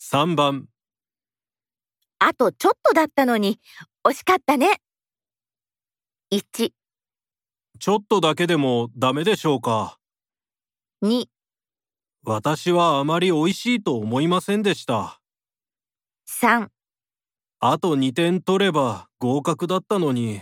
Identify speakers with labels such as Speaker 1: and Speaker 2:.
Speaker 1: 3番
Speaker 2: あとちょっとだったのに、惜しかったね。1、
Speaker 1: ちょっとだけでもダメでしょうか
Speaker 2: 2、
Speaker 1: 私はあまり美味しいと思いませんでした
Speaker 2: 3。
Speaker 1: あと2点取れば合格だったのに